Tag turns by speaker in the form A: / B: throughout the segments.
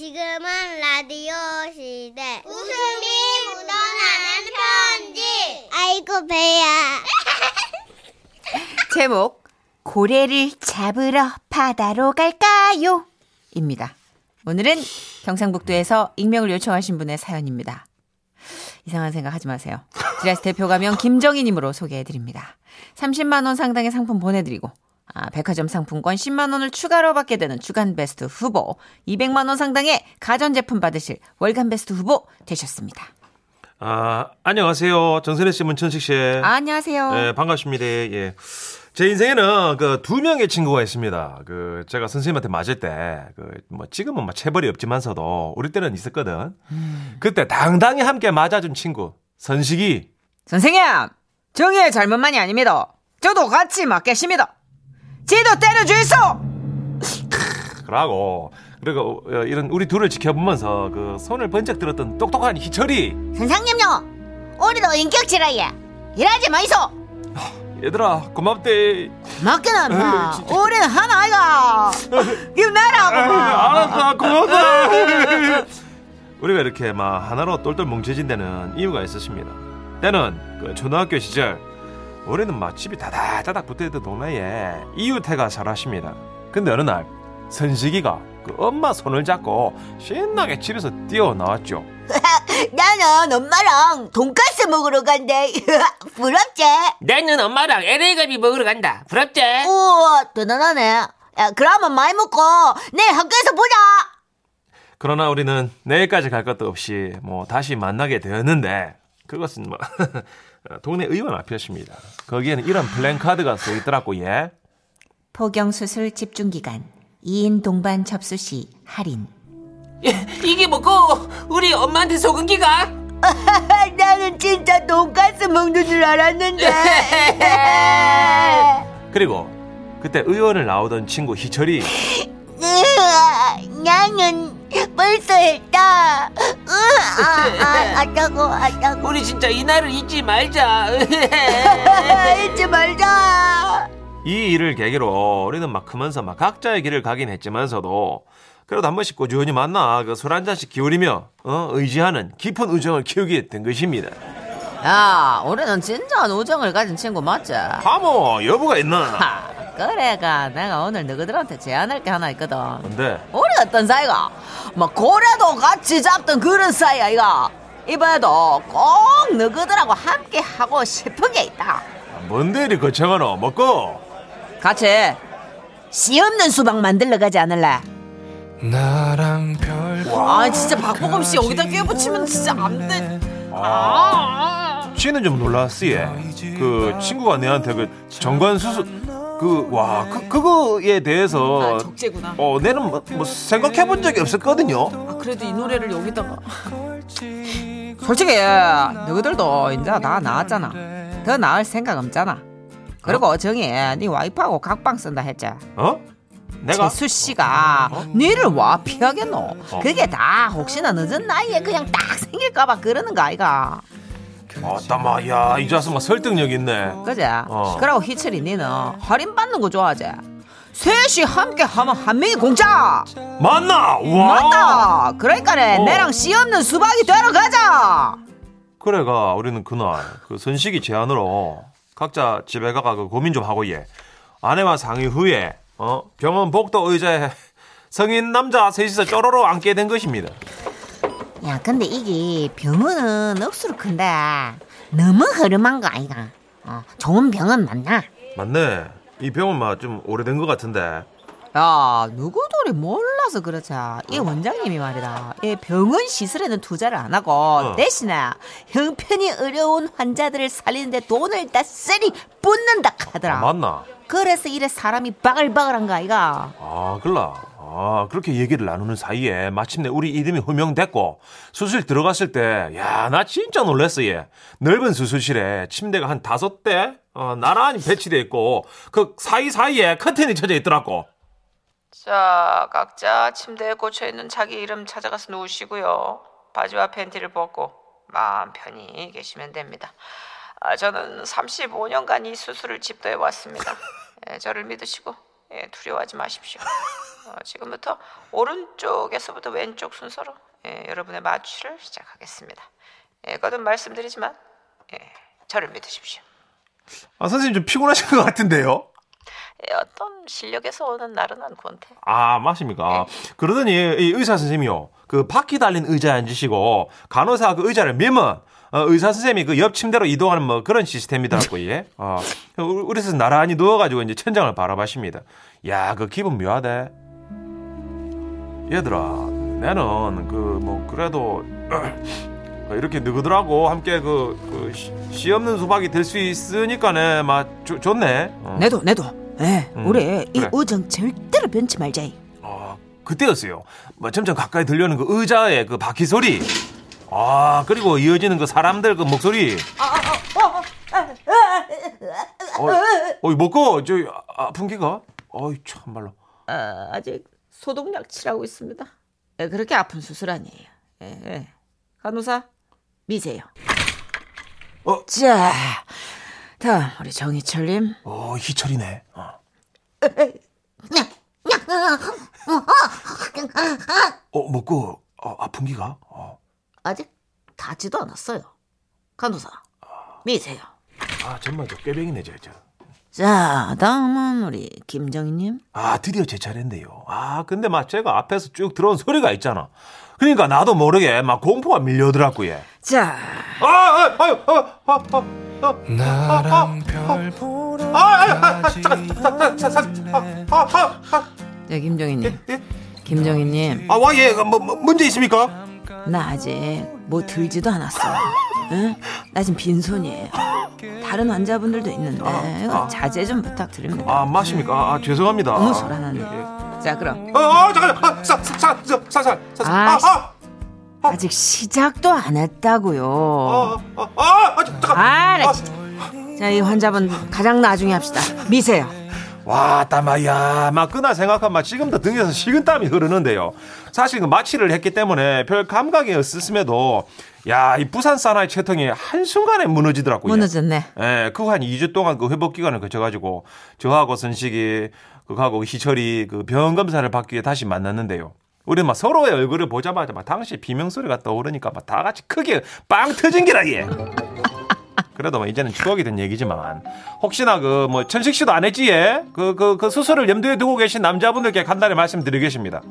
A: 지금은 라디오 시대.
B: 웃음이 묻어나는 편지.
A: 아이고, 배야.
C: 제목 고래를 잡으러 바다로 갈까요? 입니다. 오늘은 경상북도에서 익명을 요청하신 분의 사연입니다. 이상한 생각하지 마세요. 지라스 대표 가명 김정희님으로 소개해드립니다. 30만 원 상당의 상품 보내드리고 아, 백화점 상품권 10만 원을 추가로 받게 되는 주간 베스트 후보, 200만 원 상당의 가전 제품 받으실 월간 베스트 후보 되셨습니다.
D: 아, 안녕하세요. 정선혜 씨, 문천식 씨.
C: 아, 안녕하세요.
D: 예, 반갑습니다. 예. 제 인생에는 그 두 명의 친구가 있습니다. 그 제가 선생님한테 맞을 때 그 뭐 지금은 막 체벌이 없지만서도 우리 때는 있었거든.
C: 음.
D: 그때 당당히 함께 맞아준 친구 선식이
C: 선생님, 정의의 잘못만이 아닙니다. 저도 같이 맞겠습니다. 지도 때려주이소!
D: 라고 그리고 어, 이런 우리 둘을 지켜보면서 그 손을 번쩍 들었던 똑똑한 희철이
B: 선생님요, 오늘도 인격질하예. 일하지 마이소.
D: 얘들아 고맙대.
C: 맞기는 마. 우린 하나 아이가. 이거 나라.
D: 알았어 고마워 우리가 이렇게 막 하나로 똘똘 뭉쳐진 데는 이유가 있었습니다 때는 그 초등학교 시절 우리는 막 집이 다닥다닥 붙어있던 동네에 이웃해가 잘하십니다 근데 어느 날 선식이가 그 엄마 손을 잡고 신나게 집에서 뛰어나왔죠
B: 나는 엄마랑 돈가스 먹으러 간대. 부럽지?
E: 나는 엄마랑 LA갈비 먹으러 간다. 부럽지?
B: 우와, 대단하네. 야, 그러면 많이 먹고 내일 학교에서 보자.
D: 그러나 우리는 내일까지 갈 것도 없이 뭐 다시 만나게 되었는데 그것은 뭐 동네 의원 앞이었습니다 거기에는 이런 플랜카드가 써있더라고 예
C: 포경수술 집중기간. 2인 동반 접수 시 할인.
E: 이게 뭐고 우리 엄마한테 속은 기가?
B: 나는 진짜 돈가스 먹는 줄 알았는데.
D: 그리고 그때 의원을 나오던 친구 희철이
B: 으아, 나는 벌써 했다. 으아, 아, 아, 아따고, 아따고.
E: 우리 진짜 이 날을 잊지 말자.
B: 아, 잊지 말자.
D: 이 일을 계기로 우리는 막 크면서 막 각자의 길을 가긴 했지만서도 그래도 한 번씩 꾸준히 만나 그 술 한 잔씩 기울이며 어, 의지하는 깊은 우정을 키우게 된 것입니다.
C: 야, 우리는 진짜 우정을 가진 친구 맞지?
D: 하모 여부가 있나?
C: 하, 그래가 내가 오늘 너희들한테 제안할 게 하나 있거든.
D: 근데
C: 우리 어떤 사이가? 뭐 고래도 같이 잡던 그런 사이 아이가? 이번에도 꼭 너희들하고 함께 하고 싶은 게 있다.
D: 뭔데 이리 거창하노 먹고
C: 같이 씨 없는 수박 만들러 가지 않을래?
F: 나랑 별.
C: 아 진짜 박보검 씨 여기다 껴붙이면 진짜 안 돼.
D: 씨는 아. 좀 놀랐어 예. 그 친구가 내한테 그 정관 수술 그 와 그 그거에 대해서
C: 아, 적재구나.
D: 어 내는 뭐, 뭐 생각해 본 적이 없었거든요.
C: 아, 그래도 이 노래를 여기다가. 솔직히 예, 너희들도 이제 나 나왔잖아. 더 나을 생각 없잖아. 그리고 정이 네 와이프하고 각방 쓴다 했지.
D: 어? 내가
C: 재수 씨가 니를 와 피하겠노.
D: 어.
C: 그게 다 혹시나 늦은 나이에 그냥 딱 생길까봐 그러는 거 아이가.
D: 아따 마야 이제 와서 막 설득력 있네.
C: 그제?
D: 어.
C: 그러고 희철이 니는 할인 받는 거 좋아하지? 셋이 함께 하면 한 명이 공짜.
D: 맞나? 와.
C: 맞다. 그러니까네
D: 어.
C: 내랑 씨 없는 수박이 되러 가자.
D: 그래가 우리는 그날 그 선식이 제안으로 각자 집에 가가 그 고민 좀 하고 예. 아내와 상의 후에 어 병원 복도 의자에 성인 남자 셋이서 쪼로로 앉게 된 것입니다.
C: 야, 근데 이게 병원은 억수로 큰데 아, 너무 허름한 거 아이가? 어, 좋은 병원 맞나?
D: 맞네. 이 병원 막 좀 오래된 것 같은데.
C: 야, 누구들이 몰라서 그렇지. 이 원장님이 말이다. 이 병원 시설에는 투자를 안 하고
D: 어.
C: 대신에 형편이 어려운 환자들을 살리는데 돈을 다 쓰리 붓는다 하더라.
D: 아, 맞나?
C: 그래서 이래 사람이 바글바글한 거 아이가?
D: 아 글라. 아 그렇게 얘기를 나누는 사이에 마침내 우리 이름이 호명됐고 수술 들어갔을 때 야 나 진짜 놀랐어 얘 넓은 수술실에 침대가 한 다섯 대 어, 나란히 배치돼 있고 그 사이 사이에 커튼이 쳐져 있더라고
G: 자, 각자 침대에 꽂혀 있는 자기 이름 찾아가서 누우시고요. 바지와 팬티를 벗고 마음 편히 계시면 됩니다. 아, 저는 35년간 이 수술을 집도해 왔습니다. 예, 저를 믿으시고
C: 예, 두려워하지 마십시오. 어, 지금부터 오른쪽에서부터 왼쪽 순서로 예, 여러분의 마취를 시작하겠습니다. 예, 거듭 말씀드리지만 예, 저를 믿으십시오.
D: 아, 선생님 좀 피곤하신 것 같은데요?
C: 예, 어떤 실력에서 오는 나른한 권태.
D: 아, 맞습니까? 그러더니 이 의사 선생님이요. 그 바퀴 달린 의자에 앉으시고 간호사 그 의자를 밀면 어, 의사 선생님이 그 옆 침대로 이동하는 뭐 그런 시스템이더라고요. 예. 어. 그래서 나란히 누워 가지고 이제 천장을 바라보십니다. 야, 그 기분 묘하대. 얘들아, 나는 그 뭐 그래도 그 이렇게 누구들하고 함께 그, 그 시, 시 없는 수박이 될 수 있으니까네, 막 좋- 좋네. 어.
B: 내도 내도. 예,
D: 음,
B: 우리 이
D: 그래.
B: 우정 절대로 변치 말자.
D: 아, 그때였어요. 뭐 점점 가까이 들려오는 그 의자의 그 바퀴 소리. 아, 그리고 이어지는 그 사람들 그 목소리. 어, 어, 이 먹고, 저, 아, 아픈 기가? 어이, 참말로.
C: 아, 아직 소독약 칠하고 있습니다. 예, 그렇게 아픈 수술 아니에요. 예, 예. 간호사 미세요.
G: 자, 다음 우리 정희철님.
D: 어, 희철이네. 어. 어, 먹고, 어, 아픈 기가? 어.
B: 아직 다지도 않았어요. 간호사. 미세요.
D: 아, 정말 저 꾀병이네, 저, 저.
G: 자, 다음은 우리 김정희님.
D: 아, 드디어 제 차례인데요. 아, 근데 막 제가 앞에서 쭉 들어온 소리가 있잖아. 그러니까 나도 모르게 막 공포가 밀려오더라고요. 예.
G: 자,
D: 아, 아, 아유, 아, 아, 아, 아,
F: 나랑
G: 어,
F: 별 보러
D: 아, 아, 아,
F: 가지
D: 잠깐, 잠깐, 잠깐, 잠깐, 아, 아, 아,
G: 네, 김정희님.
D: 예?
G: 김정희님,
D: 아, 와, 예, 뭐, 뭐, 문제 있습니까?
G: 나 아직 뭐 들지도 않았어. 응? 나 지금 빈손이에요. 다른 환자분들도 있는데 이거 자제 좀 부탁드립니다.
D: 아, 맞습니까? 아, 아, 죄송합니다.
G: 너무
D: 예, 예.
G: 소란한데. 자, 그럼
D: 아, 아, 잠깐, 아, 사, 사, 사, 사, 사, 사, 사, 아, 아,
G: 아직 시작도 안 했다고요.
D: 아, 아, 아, 아, 잠깐.
G: 아, 나 진짜. 자, 이 환자분 가장 나중에 합시다. 미세요.
D: 예. 와, 땀아야, 막 그나 생각하면 막 지금도 등에서 식은땀이 흐르는데요. 사실 그 마취를 했기 때문에 별 감각이 없었음에도, 야, 이 부산 사나이 채통이 한순간에 무너지더라고요.
G: 무너졌네.
D: 예, 그거 한 2주 동안 그 회복 기간을 거쳐가지고 저하고 선식이 그하고 희철이 그 병원 검사를 받기 위해 다시 만났는데요. 우리 막 서로의 얼굴을 보자마자 막 당시 비명 소리가 떠오르니까 막 다 같이 크게 빵 터진 기라 예. 그래도 뭐 이제는 추억이 된 얘기지만 혹시나 그 뭐 천식 씨도 안 했지 예. 그 그 그 수술을 염두에 두고 계신 남자분들께 간단히 말씀드리겠습니다.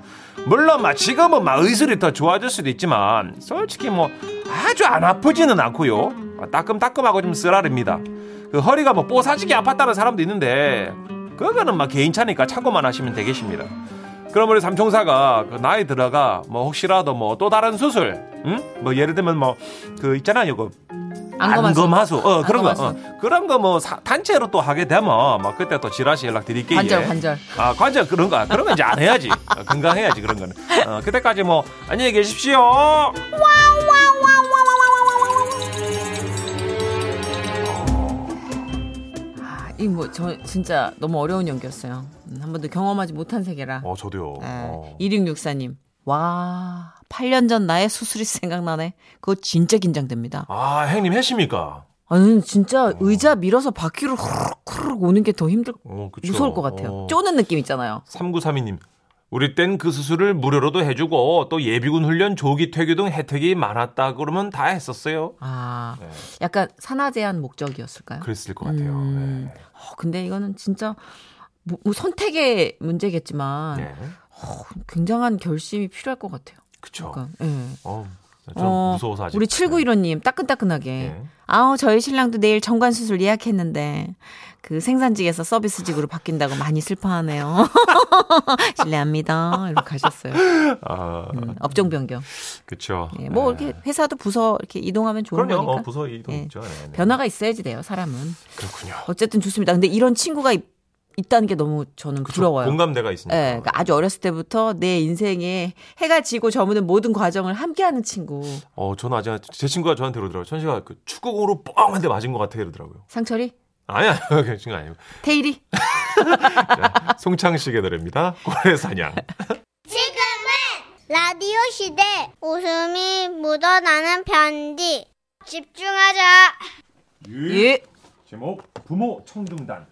D: 물론 막 지금은 막 의술이 더 좋아질 수도 있지만 솔직히 뭐 아주 안 아프지는 않고요. 아, 따끔따끔하고 좀 쓰라립니다. 그 허리가 뭐 뽀사지게 아팠다는 사람도 있는데 그거는 막 개인차니까 참고만 하시면 되겠습니다. 그럼 우리 삼총사가 그 나이 들어가 뭐 혹시라도 뭐 또 다른 수술, 응? 뭐 예를 들면 뭐 그 있잖아요, 그
G: 안검하수.
D: 어 그런 거,
G: 안검하수.
D: 어, 그런 거 뭐 단체로 또 하게 되면 막 그때 또 지라시 연락 드릴게요.
G: 관절, 관절.
D: 아 관절 그런 거 그런 거 이제 안 해야지 어, 건강해야지 그런 거는. 어, 그때까지 뭐 안녕히 계십시오.
G: 아, 이뭐 저 진짜 너무 어려운 연기였어요. 음, 한 번도 경험하지 못한 세계라.
D: 어 저도요.
G: 예, 2664님. 와, 8년 전 나의 수술이 생각나네. 그거 진짜 긴장됩니다.
D: 아 형님 했습니까?
G: 아니, 진짜 의자 밀어서 바퀴로 후룩후룩 오는 게 더 힘들,
D: 어, 그쵸.
G: 무서울 것 같아요.
D: 어.
G: 쪼는 느낌 있잖아요.
D: 3932님. 우리 땐 그 수술을 무료로도 해주고 또 예비군 훈련 조기 퇴교 등 혜택이 많았다 그러면 다 했었어요.
G: 아,
D: 네.
G: 약간 산화 제한 목적이었을까요?
D: 그랬을 것 같아요.
G: 음.
D: 네.
G: 어, 근데 이거는 진짜 뭐, 뭐 선택의 문제겠지만
D: 네.
G: 굉장한 결심이 필요할 것 같아요.
D: 그쵸.
G: 그러니까, 예.
D: 어, 좀
G: 어,
D: 무서워서 아직.
G: 우리 7915님 따끈따끈하게
D: 예.
G: 아우 저희 신랑도 내일 정관 수술 예약했는데 그 생산직에서 서비스직으로 바뀐다고 많이 슬퍼하네요. 실례합니다. 이렇게 하셨어요.
D: 아,
G: 음, 업종 변경.
D: 그쵸.
G: 예, 뭐
D: 네.
G: 이렇게 회사도 부서 이렇게 이동하면 좋은
D: 그럼요. 어,
G: 거니까.
D: 부서 이동
G: 예.
D: 있죠. 네, 네.
G: 변화가 있어야지 돼요, 사람은.
D: 그렇군요.
G: 어쨌든 좋습니다. 근데 이런 친구가 있, 다는게 너무 저는
D: 그쵸.
G: 부러워요.
D: 공감대가
G: 예,
D: 있으니까.
G: 그러니까 아주 어렸을 때부터 내 인생에 해가 지고 저무는 모든 과정을 함께하는 친구.
D: 어, 저는 아직 제 친구가 저한테 그러더라고요. 천식아 그 축구공으로 뻥 한 대 맞은 것 같아 이러더라고요.
G: 상철이,
D: 아니 아니 그런 친구 아니고.
G: 테일이.
D: 자, 송창식의 노래입니다. 고래 사냥.
A: 지금은 라디오 시대 웃음이 묻어나는 편지 집중하자
G: 예.
D: 제목 부모 청등단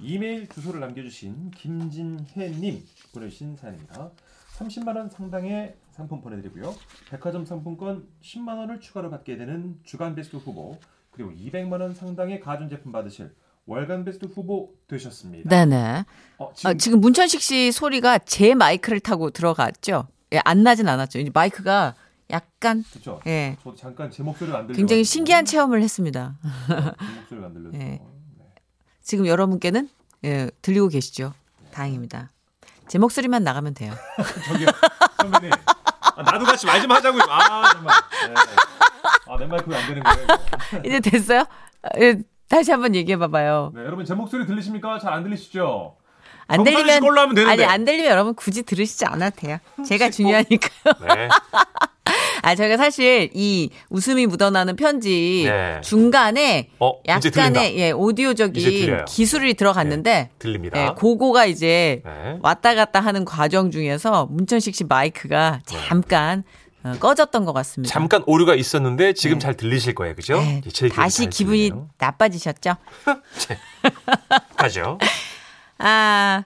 D: 이메일 주소를 남겨주신 김진혜님 보내주신 사연입니다. 30만 원 상당의 상품 보내드리고요. 백화점 상품권 10만 원을 추가로 받게 되는 주간 베스트 후보 그리고 200만 원 상당의 가전 제품 받으실 월간 베스트 후보 되셨습니다.
G: 네네.
D: 어,
G: 아, 지금 문천식 씨 소리가 제 마이크를 타고 들어갔죠? 예, 안 나진 않았죠. 이제 마이크가 약간,
D: 그렇죠.
G: 예.
D: 저도 잠깐 제 목소리가 안 들려.
G: 굉장히 신기한 체험을 했습니다.
D: 제 목소리가 안 들려.
G: 예.
D: 네.
G: 지금 여러분께는 예, 들리고 계시죠? 다행입니다. 제 목소리만 나가면 돼요.
D: 저기요 선배님. 아, 나도 같이 말 좀 하자고요. 아 정말. 네. 아내 마이크가 안 되는 거예요. 이거.
G: 이제 됐어요? 아, 예, 다시 한번 얘기해 봐봐요.
D: 네, 여러분 제 목소리 들리십니까? 잘 안 들리시죠?
G: 안
D: 정선희 씨
G: 들리면
D: 걸로 하면 되는데. 뭐
G: 아니 안 들리면 여러분 굳이 들으시지 않아도 돼요. 제가 중요하니까요.
D: 네.
G: 아 저희가 사실 이 웃음이 묻어나는 편지
D: 네.
G: 중간에
D: 어, 이제 들린다.
G: 약간의 예,
D: 이제
G: 오디오적인
D: 들려요.
G: 기술이 들어갔는데
D: 들립니다.
G: 예, 그거가 이제
D: 네.
G: 왔다 갔다 하는 과정 중에서 문천식 씨 마이크가
D: 네.
G: 잠깐 어, 꺼졌던 것 같습니다.
D: 잠깐 오류가 있었는데 지금 잘 들리실 거예요, 그죠?
G: 네,
D: 예, 제
G: 다시
D: 잘
G: 기분이
D: 들리네요.
G: 나빠지셨죠?
D: 가죠.
G: 아,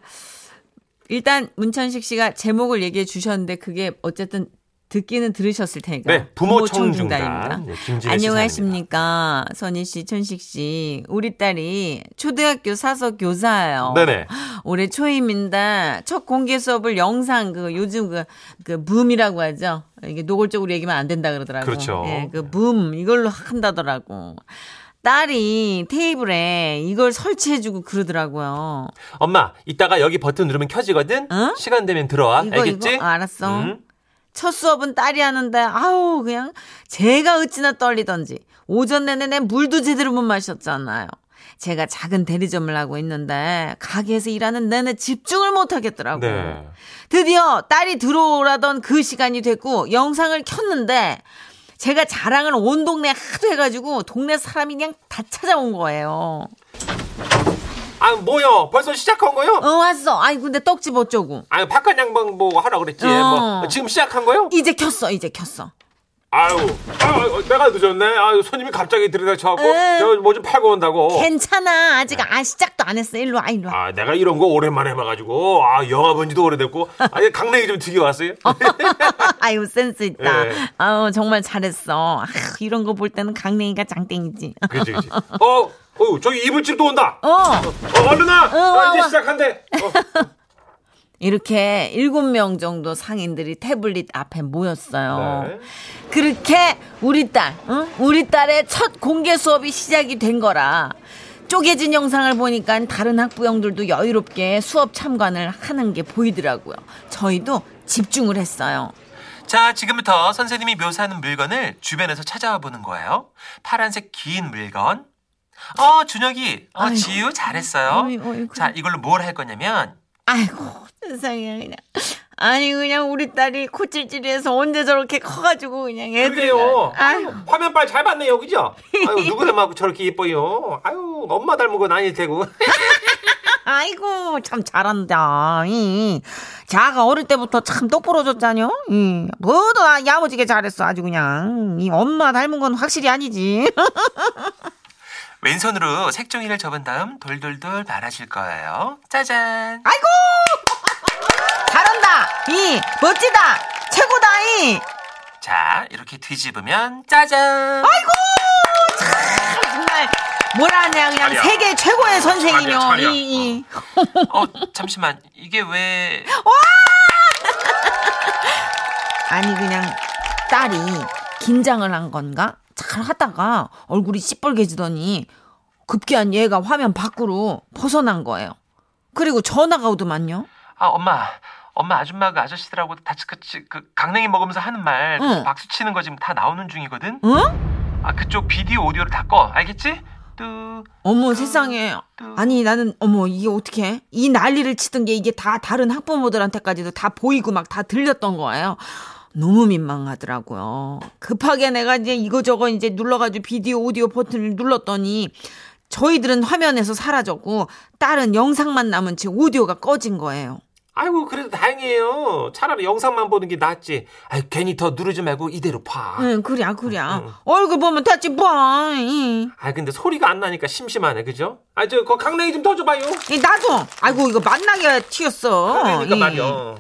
G: 일단 문천식 씨가 제목을 얘기해 주셨는데 그게 어쨌든 듣기는 들으셨을 테니까.
D: 네, 부모 청중단. 네, 김진애 씨
G: 안녕하십니까. 선희 씨, 천식 씨. 우리 딸이 초등학교 사서 교사예요.
D: 네네.
G: 올해 초임인데 첫 공개 수업을 영상 그 요즘 그, 그 붐이라고 하죠. 이게 노골적으로 얘기하면 안 된다 그러더라고요.
D: 그렇죠.
G: 예, 그 붐 이걸로 한다더라고. 딸이 테이블에 이걸 설치해주고 그러더라고요.
D: 엄마, 이따가 여기 버튼 누르면 켜지거든.
G: 응?
D: 시간 되면 들어와. 아,
G: 이거
D: 알겠지?
G: 이거 알았어.
D: 음.
G: 첫 수업은 딸이 하는데 아우 그냥 제가 어찌나 떨리던지 오전 내내 내 물도 제대로 못 마셨잖아요. 제가 작은 대리점을 하고 있는데 가게에서 일하는 내내 집중을 못 하겠더라고요.
D: 네.
G: 드디어 딸이 들어오라던 그 시간이 됐고 영상을 켰는데 제가 자랑을 온 동네 하도 해가지고 동네 사람이 그냥 다 찾아온 거예요.
D: 아, 뭐요? 벌써 시작한 거요?
G: 어 왔어. 아이 근데 떡집 어쩌고.
D: 아, 바깥 양방 뭐 하라 그랬지.
G: 어.
D: 뭐 지금 시작한 거요?
G: 이제 켰어. 이제 켰어.
D: 아유, 아유, 어, 내가 늦었네. 아유, 손님이 갑자기 들이닥쳐갖고
G: 에.
D: 저 뭐 좀 팔고 온다고.
G: 괜찮아. 아직 아 시작도 안 했어. 일로 와 일로 와.
D: 아, 내가 이런 거 오랜만에 해봐가지고 아, 영화 본지도 오래됐고 아니 강냉이 좀 튀겨 왔어요.
G: 아유 센스 있다.
D: 예.
G: 아우 정말 잘했어. 아, 이런 거 볼 때는 강냉이가 장땡이지.
D: 그지 그지. 어, 어, 저기 이불집도 온다.
G: 어
D: 어, 얼른 와.
G: 어,
D: 아,
G: 와,
D: 이제
G: 와.
D: 시작한대. 어.
G: 이렇게 일곱 명 정도 상인들이 태블릿 앞에 모였어요.
D: 네.
G: 그렇게 우리 딸, 응? 우리 딸의 첫 공개 수업이 시작이 된 거라. 쪼개진 영상을 보니까 다른 학부형들도 여유롭게 수업 참관을 하는 게 보이더라고요. 저희도 집중을 했어요.
E: 자, 지금부터 선생님이 묘사하는 물건을 주변에서 찾아와 보는 거예요. 파란색 긴 물건. 어, 준혁이. 어,
G: 아이고.
E: 지유 잘했어요.
G: 어이, 어이구.
E: 자, 이걸로 뭘 할 거냐면
G: 아이고 세상에 그냥 아니 그냥 우리 딸이 코찔찔해서 언제 저렇게 커가지고 그냥 애들
D: 네. 그래요.
G: 아이고
D: 화면빨 잘 봤네요, 그죠? 아유, 누구나 막 저렇게 예뻐요. 아유, 엄마 닮은 건 아닐 테고.
G: 아이고 참 잘한다. 이, 이. 자가 어릴 때부터 참 똑부러졌잖여. 이, 모두 다 야무지게 잘했어 아주 그냥 이 엄마 닮은 건 확실히 아니지.
E: 왼손으로 색종이를 접은 다음 돌돌돌 말아줄 거예요. 짜잔.
G: 아이고 잘한다. 이 멋지다 최고다 이.
E: 자, 이렇게 뒤집으면 짜잔.
G: 정말 뭐라 하냐 그냥
E: 아니야.
G: 세계 최고의 선생이며
E: 아니야.
G: 이, 이.
E: 어, 잠시만. 이게 왜
G: 아니 그냥 딸이 긴장을 한 건가? 잘 하다가 얼굴이 시뻘개지더니 급기한 얘가 화면 밖으로 벗어난 거예요. 그리고 전화가 오더만요.
E: 아, 엄마. 엄마 아줌마가 아저씨들하고 다치같이 그 강냉이 먹으면서 하는 말
G: 응.
E: 박수 치는 거 지금 다 나오는 중이거든.
G: 응?
E: 아 그쪽 비디오 오디오를 다 꺼. 알겠지? 뚜.
G: 어머 세상에. 아니 나는 어머 이게 어떻게? 이 난리를 치던 게 이게 다 다른 학부모들한테까지도 다 보이고 막 다 들렸던 거예요. 너무 민망하더라고요. 급하게 내가 이제 이거저거 이제 눌러가지고 비디오 오디오 버튼을 눌렀더니 저희들은 화면에서 사라졌고 딸은 영상만 남은 채 오디오가 꺼진 거예요.
E: 아이고 그래도 다행이에요. 차라리 영상만 보는 게 낫지. 아이, 괜히 더 누르지 말고 이대로 봐.
G: 응, 그래, 그래.
E: 어.
G: 얼굴 보면 다지 뭐. 이.
E: 아 근데 소리가 안 나니까 심심하네 그죠? 아저거 강냉이 좀 더 줘봐요.
G: 이, 나도. 아이고, 이거 만나게 튀었어.
E: 그러니까
G: 이.
E: 말이야.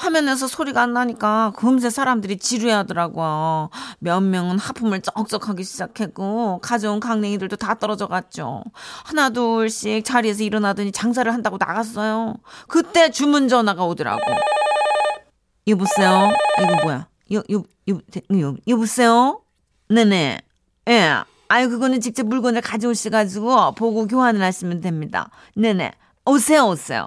G: 화면에서 소리가 안 나니까 금세 사람들이 지루해하더라고요. 몇 명은 하품을 쩍쩍하기 시작했고 가져온 강냉이들도 다 떨어져갔죠. 하나 둘씩 자리에서 일어나더니 장사를 한다고 나갔어요. 그때 주문 전화가 오더라고. 여보세요. 아, 이거 뭐야? 여여여 여보세요. 네네. 예. 아유 그거는 직접 물건을 가져오셔가지고 보고 교환을 하시면 됩니다. 네네. 오세요 오세요.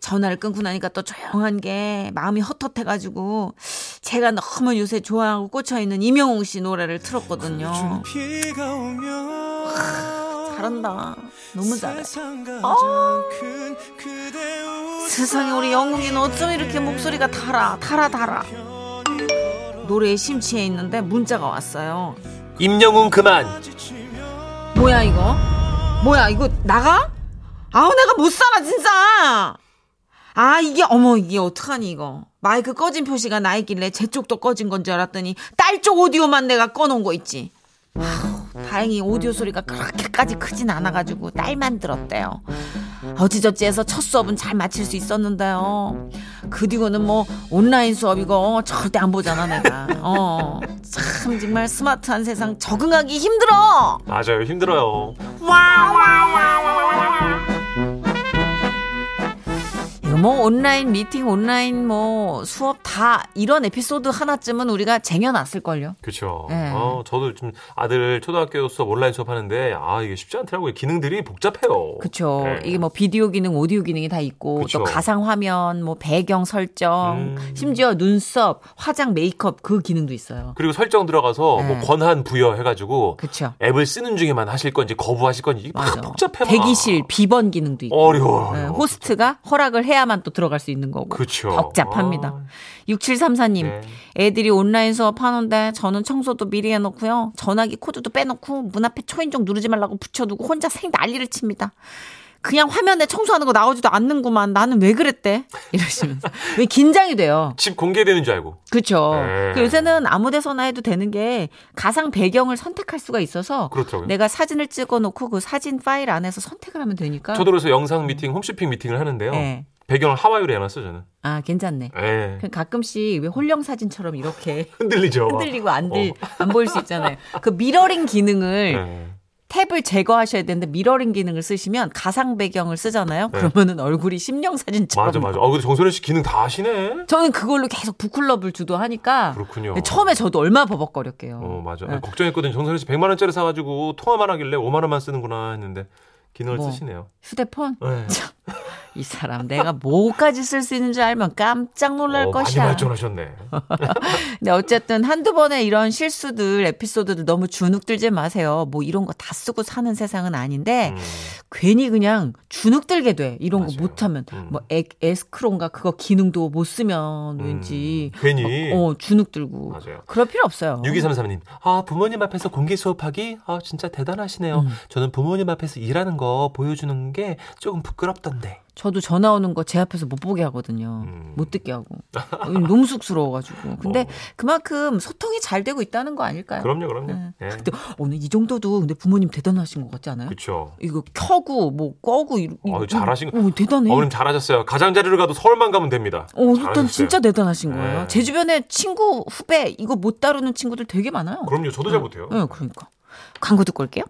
G: 전화를 끊고 나니까 또 조용한 게 마음이 헛헛해가지고 제가 너무 요새 좋아하고 꽂혀있는 임영웅 씨 노래를
F: 아,
G: 틀었거든요.
F: 비가 오면
G: 어. 잘한다. 너무 잘해. 아.
F: 세상 가장 큰 그대 웃음
G: 세상에 우리 영웅이는 어쩜 이렇게 목소리가 달아 달아 달아. 노래에 심취해 있는데 문자가 왔어요.
E: 임영웅 그만.
G: 뭐야 이거? 뭐야 이거 나가? 아우 내가 못 살아 진짜. 아 이게 어머 이게 어떡하니 이거. 마이크 꺼진 표시가 나 있길래 제 쪽도 꺼진 건 줄 알았더니 딸 쪽 오디오만 내가 꺼놓은 거 있지. 아우 다행히 오디오 소리가 그렇게까지 크진 않아가지고 딸만 들었대요. 어찌저찌해서 첫 수업은 잘 마칠 수 있었는데요. 그 뒤로는 뭐 온라인 수업 이거 절대 안 보잖아 내가. 어, 참 정말 스마트한 세상 적응하기 힘들어.
E: 맞아요 힘들어요.
G: 이거 뭐 온라인 미팅, 온라인 뭐 수업 다 이런 에피소드 하나쯤은 우리가 쟁여놨을 걸요.
E: 그렇죠.
G: 네.
E: 어, 저도 지금 아들 초등학교 수업 온라인 수업 하는데 아 이게 쉽지 않더라고요. 기능들이 복잡해요.
G: 그렇죠.
E: 네.
G: 이게 뭐 비디오 기능, 오디오 기능이 다 있고
E: 그쵸.
G: 또 가상 화면, 뭐 배경 설정,
E: 음.
G: 심지어 눈썹, 화장, 메이크업 그 기능도 있어요.
E: 그리고 설정 들어가서
G: 네.
E: 뭐 권한 부여 해가지고
G: 그렇죠.
E: 앱을 쓰는 중에만 하실 건지 거부하실 건지 이게 막
G: 맞아.
E: 복잡해. 막.
G: 대기실 비번 기능도 있고.
E: 어려워.
G: 네, 호스트가 허락을 해야만 또 들어갈 수 있는 거고.
E: 그쵸. 어.
G: 복잡합니다. 6734님,
E: 네.
G: 애들이 온라인 수업하는데 저는 청소도 미리 해놓고요. 전화기 코드도 빼놓고 문 앞에 초인종 누르지 말라고 붙여두고 혼자 생 난리를 칩니다. 그냥 화면에 청소하는 거 나오지도 않는구만. 나는 왜 그랬대? 이러시면서. 왜 긴장이 돼요.
E: 집 공개되는 줄 알고.
G: 그렇죠.
E: 네.
G: 그 요새는 아무 데서나 해도 되는 게 가상 배경을 선택할 수가 있어서
E: 그렇더라고요.
G: 내가 사진을 찍어놓고 그 사진 파일 안에서 선택을 하면 되니까.
E: 저도 그래서 영상 미팅, 홈쇼핑 미팅을 하는데요.
G: 네.
E: 배경을 하와이로 해놨어 저는.
G: 아 괜찮네.
E: 예.
G: 그 가끔씩 왜 홀령 사진처럼 이렇게
E: 흔들리죠.
G: 흔들리고 안,
E: 어.
G: 들, 안 보일 수 있잖아요. 그 미러링 기능을
E: 예.
G: 탭을 제거하셔야 되는데 미러링 기능을 쓰시면 가상 배경을 쓰잖아요.
E: 네.
G: 그러면은 얼굴이 심령 사진처럼.
E: 맞아 맞아. 어 근데 정선혜 씨 기능 다 아시네.
G: 저는 그걸로 계속 북클럽을 주도하니까
E: 그렇군요.
G: 처음에 저도 얼마 버벅거렸게요.
E: 어 맞아.
G: 네.
E: 아니, 걱정했거든요. 정선혜 씨 100만 원짜리 사가지고 통화만 하길래 5만 원만 쓰는구나 했는데 기능을
G: 뭐.
E: 쓰시네요.
G: 휴대폰?
E: 예.
G: 참, 이 사람 내가 뭐까지 쓸 수 있는 줄 알면 깜짝 놀랄
E: 어, 많이
G: 것이야.
E: 발전하셨네.
G: 근데 어쨌든 한두 번의 이런 실수들, 에피소드들 너무 주눅들지 마세요. 뭐 이런 거 다 쓰고 사는 세상은 아닌데
E: 음.
G: 괜히 그냥 주눅들게 돼. 이런
E: 맞아요.
G: 거 못하면.
E: 음.
G: 뭐 에, 에스크론가 그거 기능도 못 쓰면 왠지
E: 음, 괜히.
G: 어, 주눅들고.
E: 맞아요.
G: 그럴 필요 없어요.
E: 6233님, 아, 부모님 앞에서 공개 수업하기? 아, 진짜 대단하시네요. 저는 부모님 앞에서 일하는 거 보여주는 게 조금 부끄럽던데.
G: 저도 전화 오는 거 제 앞에서 못 보게 하거든요.
E: 음. 어.
G: 못 듣게 하고. 너무 쑥스러워가지고. 근데 그만큼 소통이 잘 되고 있다는 거 아닐까요?
E: 그럼요, 그럼요. 예.
G: 근데 오늘 이 정도도 근데 부모님 대단하신 것 같지 않아요?
E: 그쵸.
G: 이거 켜고 뭐 꺼고 이, 이-
E: 어우, 잘하신 거-
G: 어, 대단해.
E: 어머님 잘하셨어요. 가장자리를 가도 서울만 가면 됩니다.
G: 어,
E: 잘하셨어요.
G: 일단 진짜 대단하신 거예요.
E: 네.
G: 제 주변에 친구 후배 이거 못 다루는 친구들 되게 많아요. 어.
E: 그럼요, 저도 잘 못해요.
G: 예, 그러니까. 광고 듣고 올게요.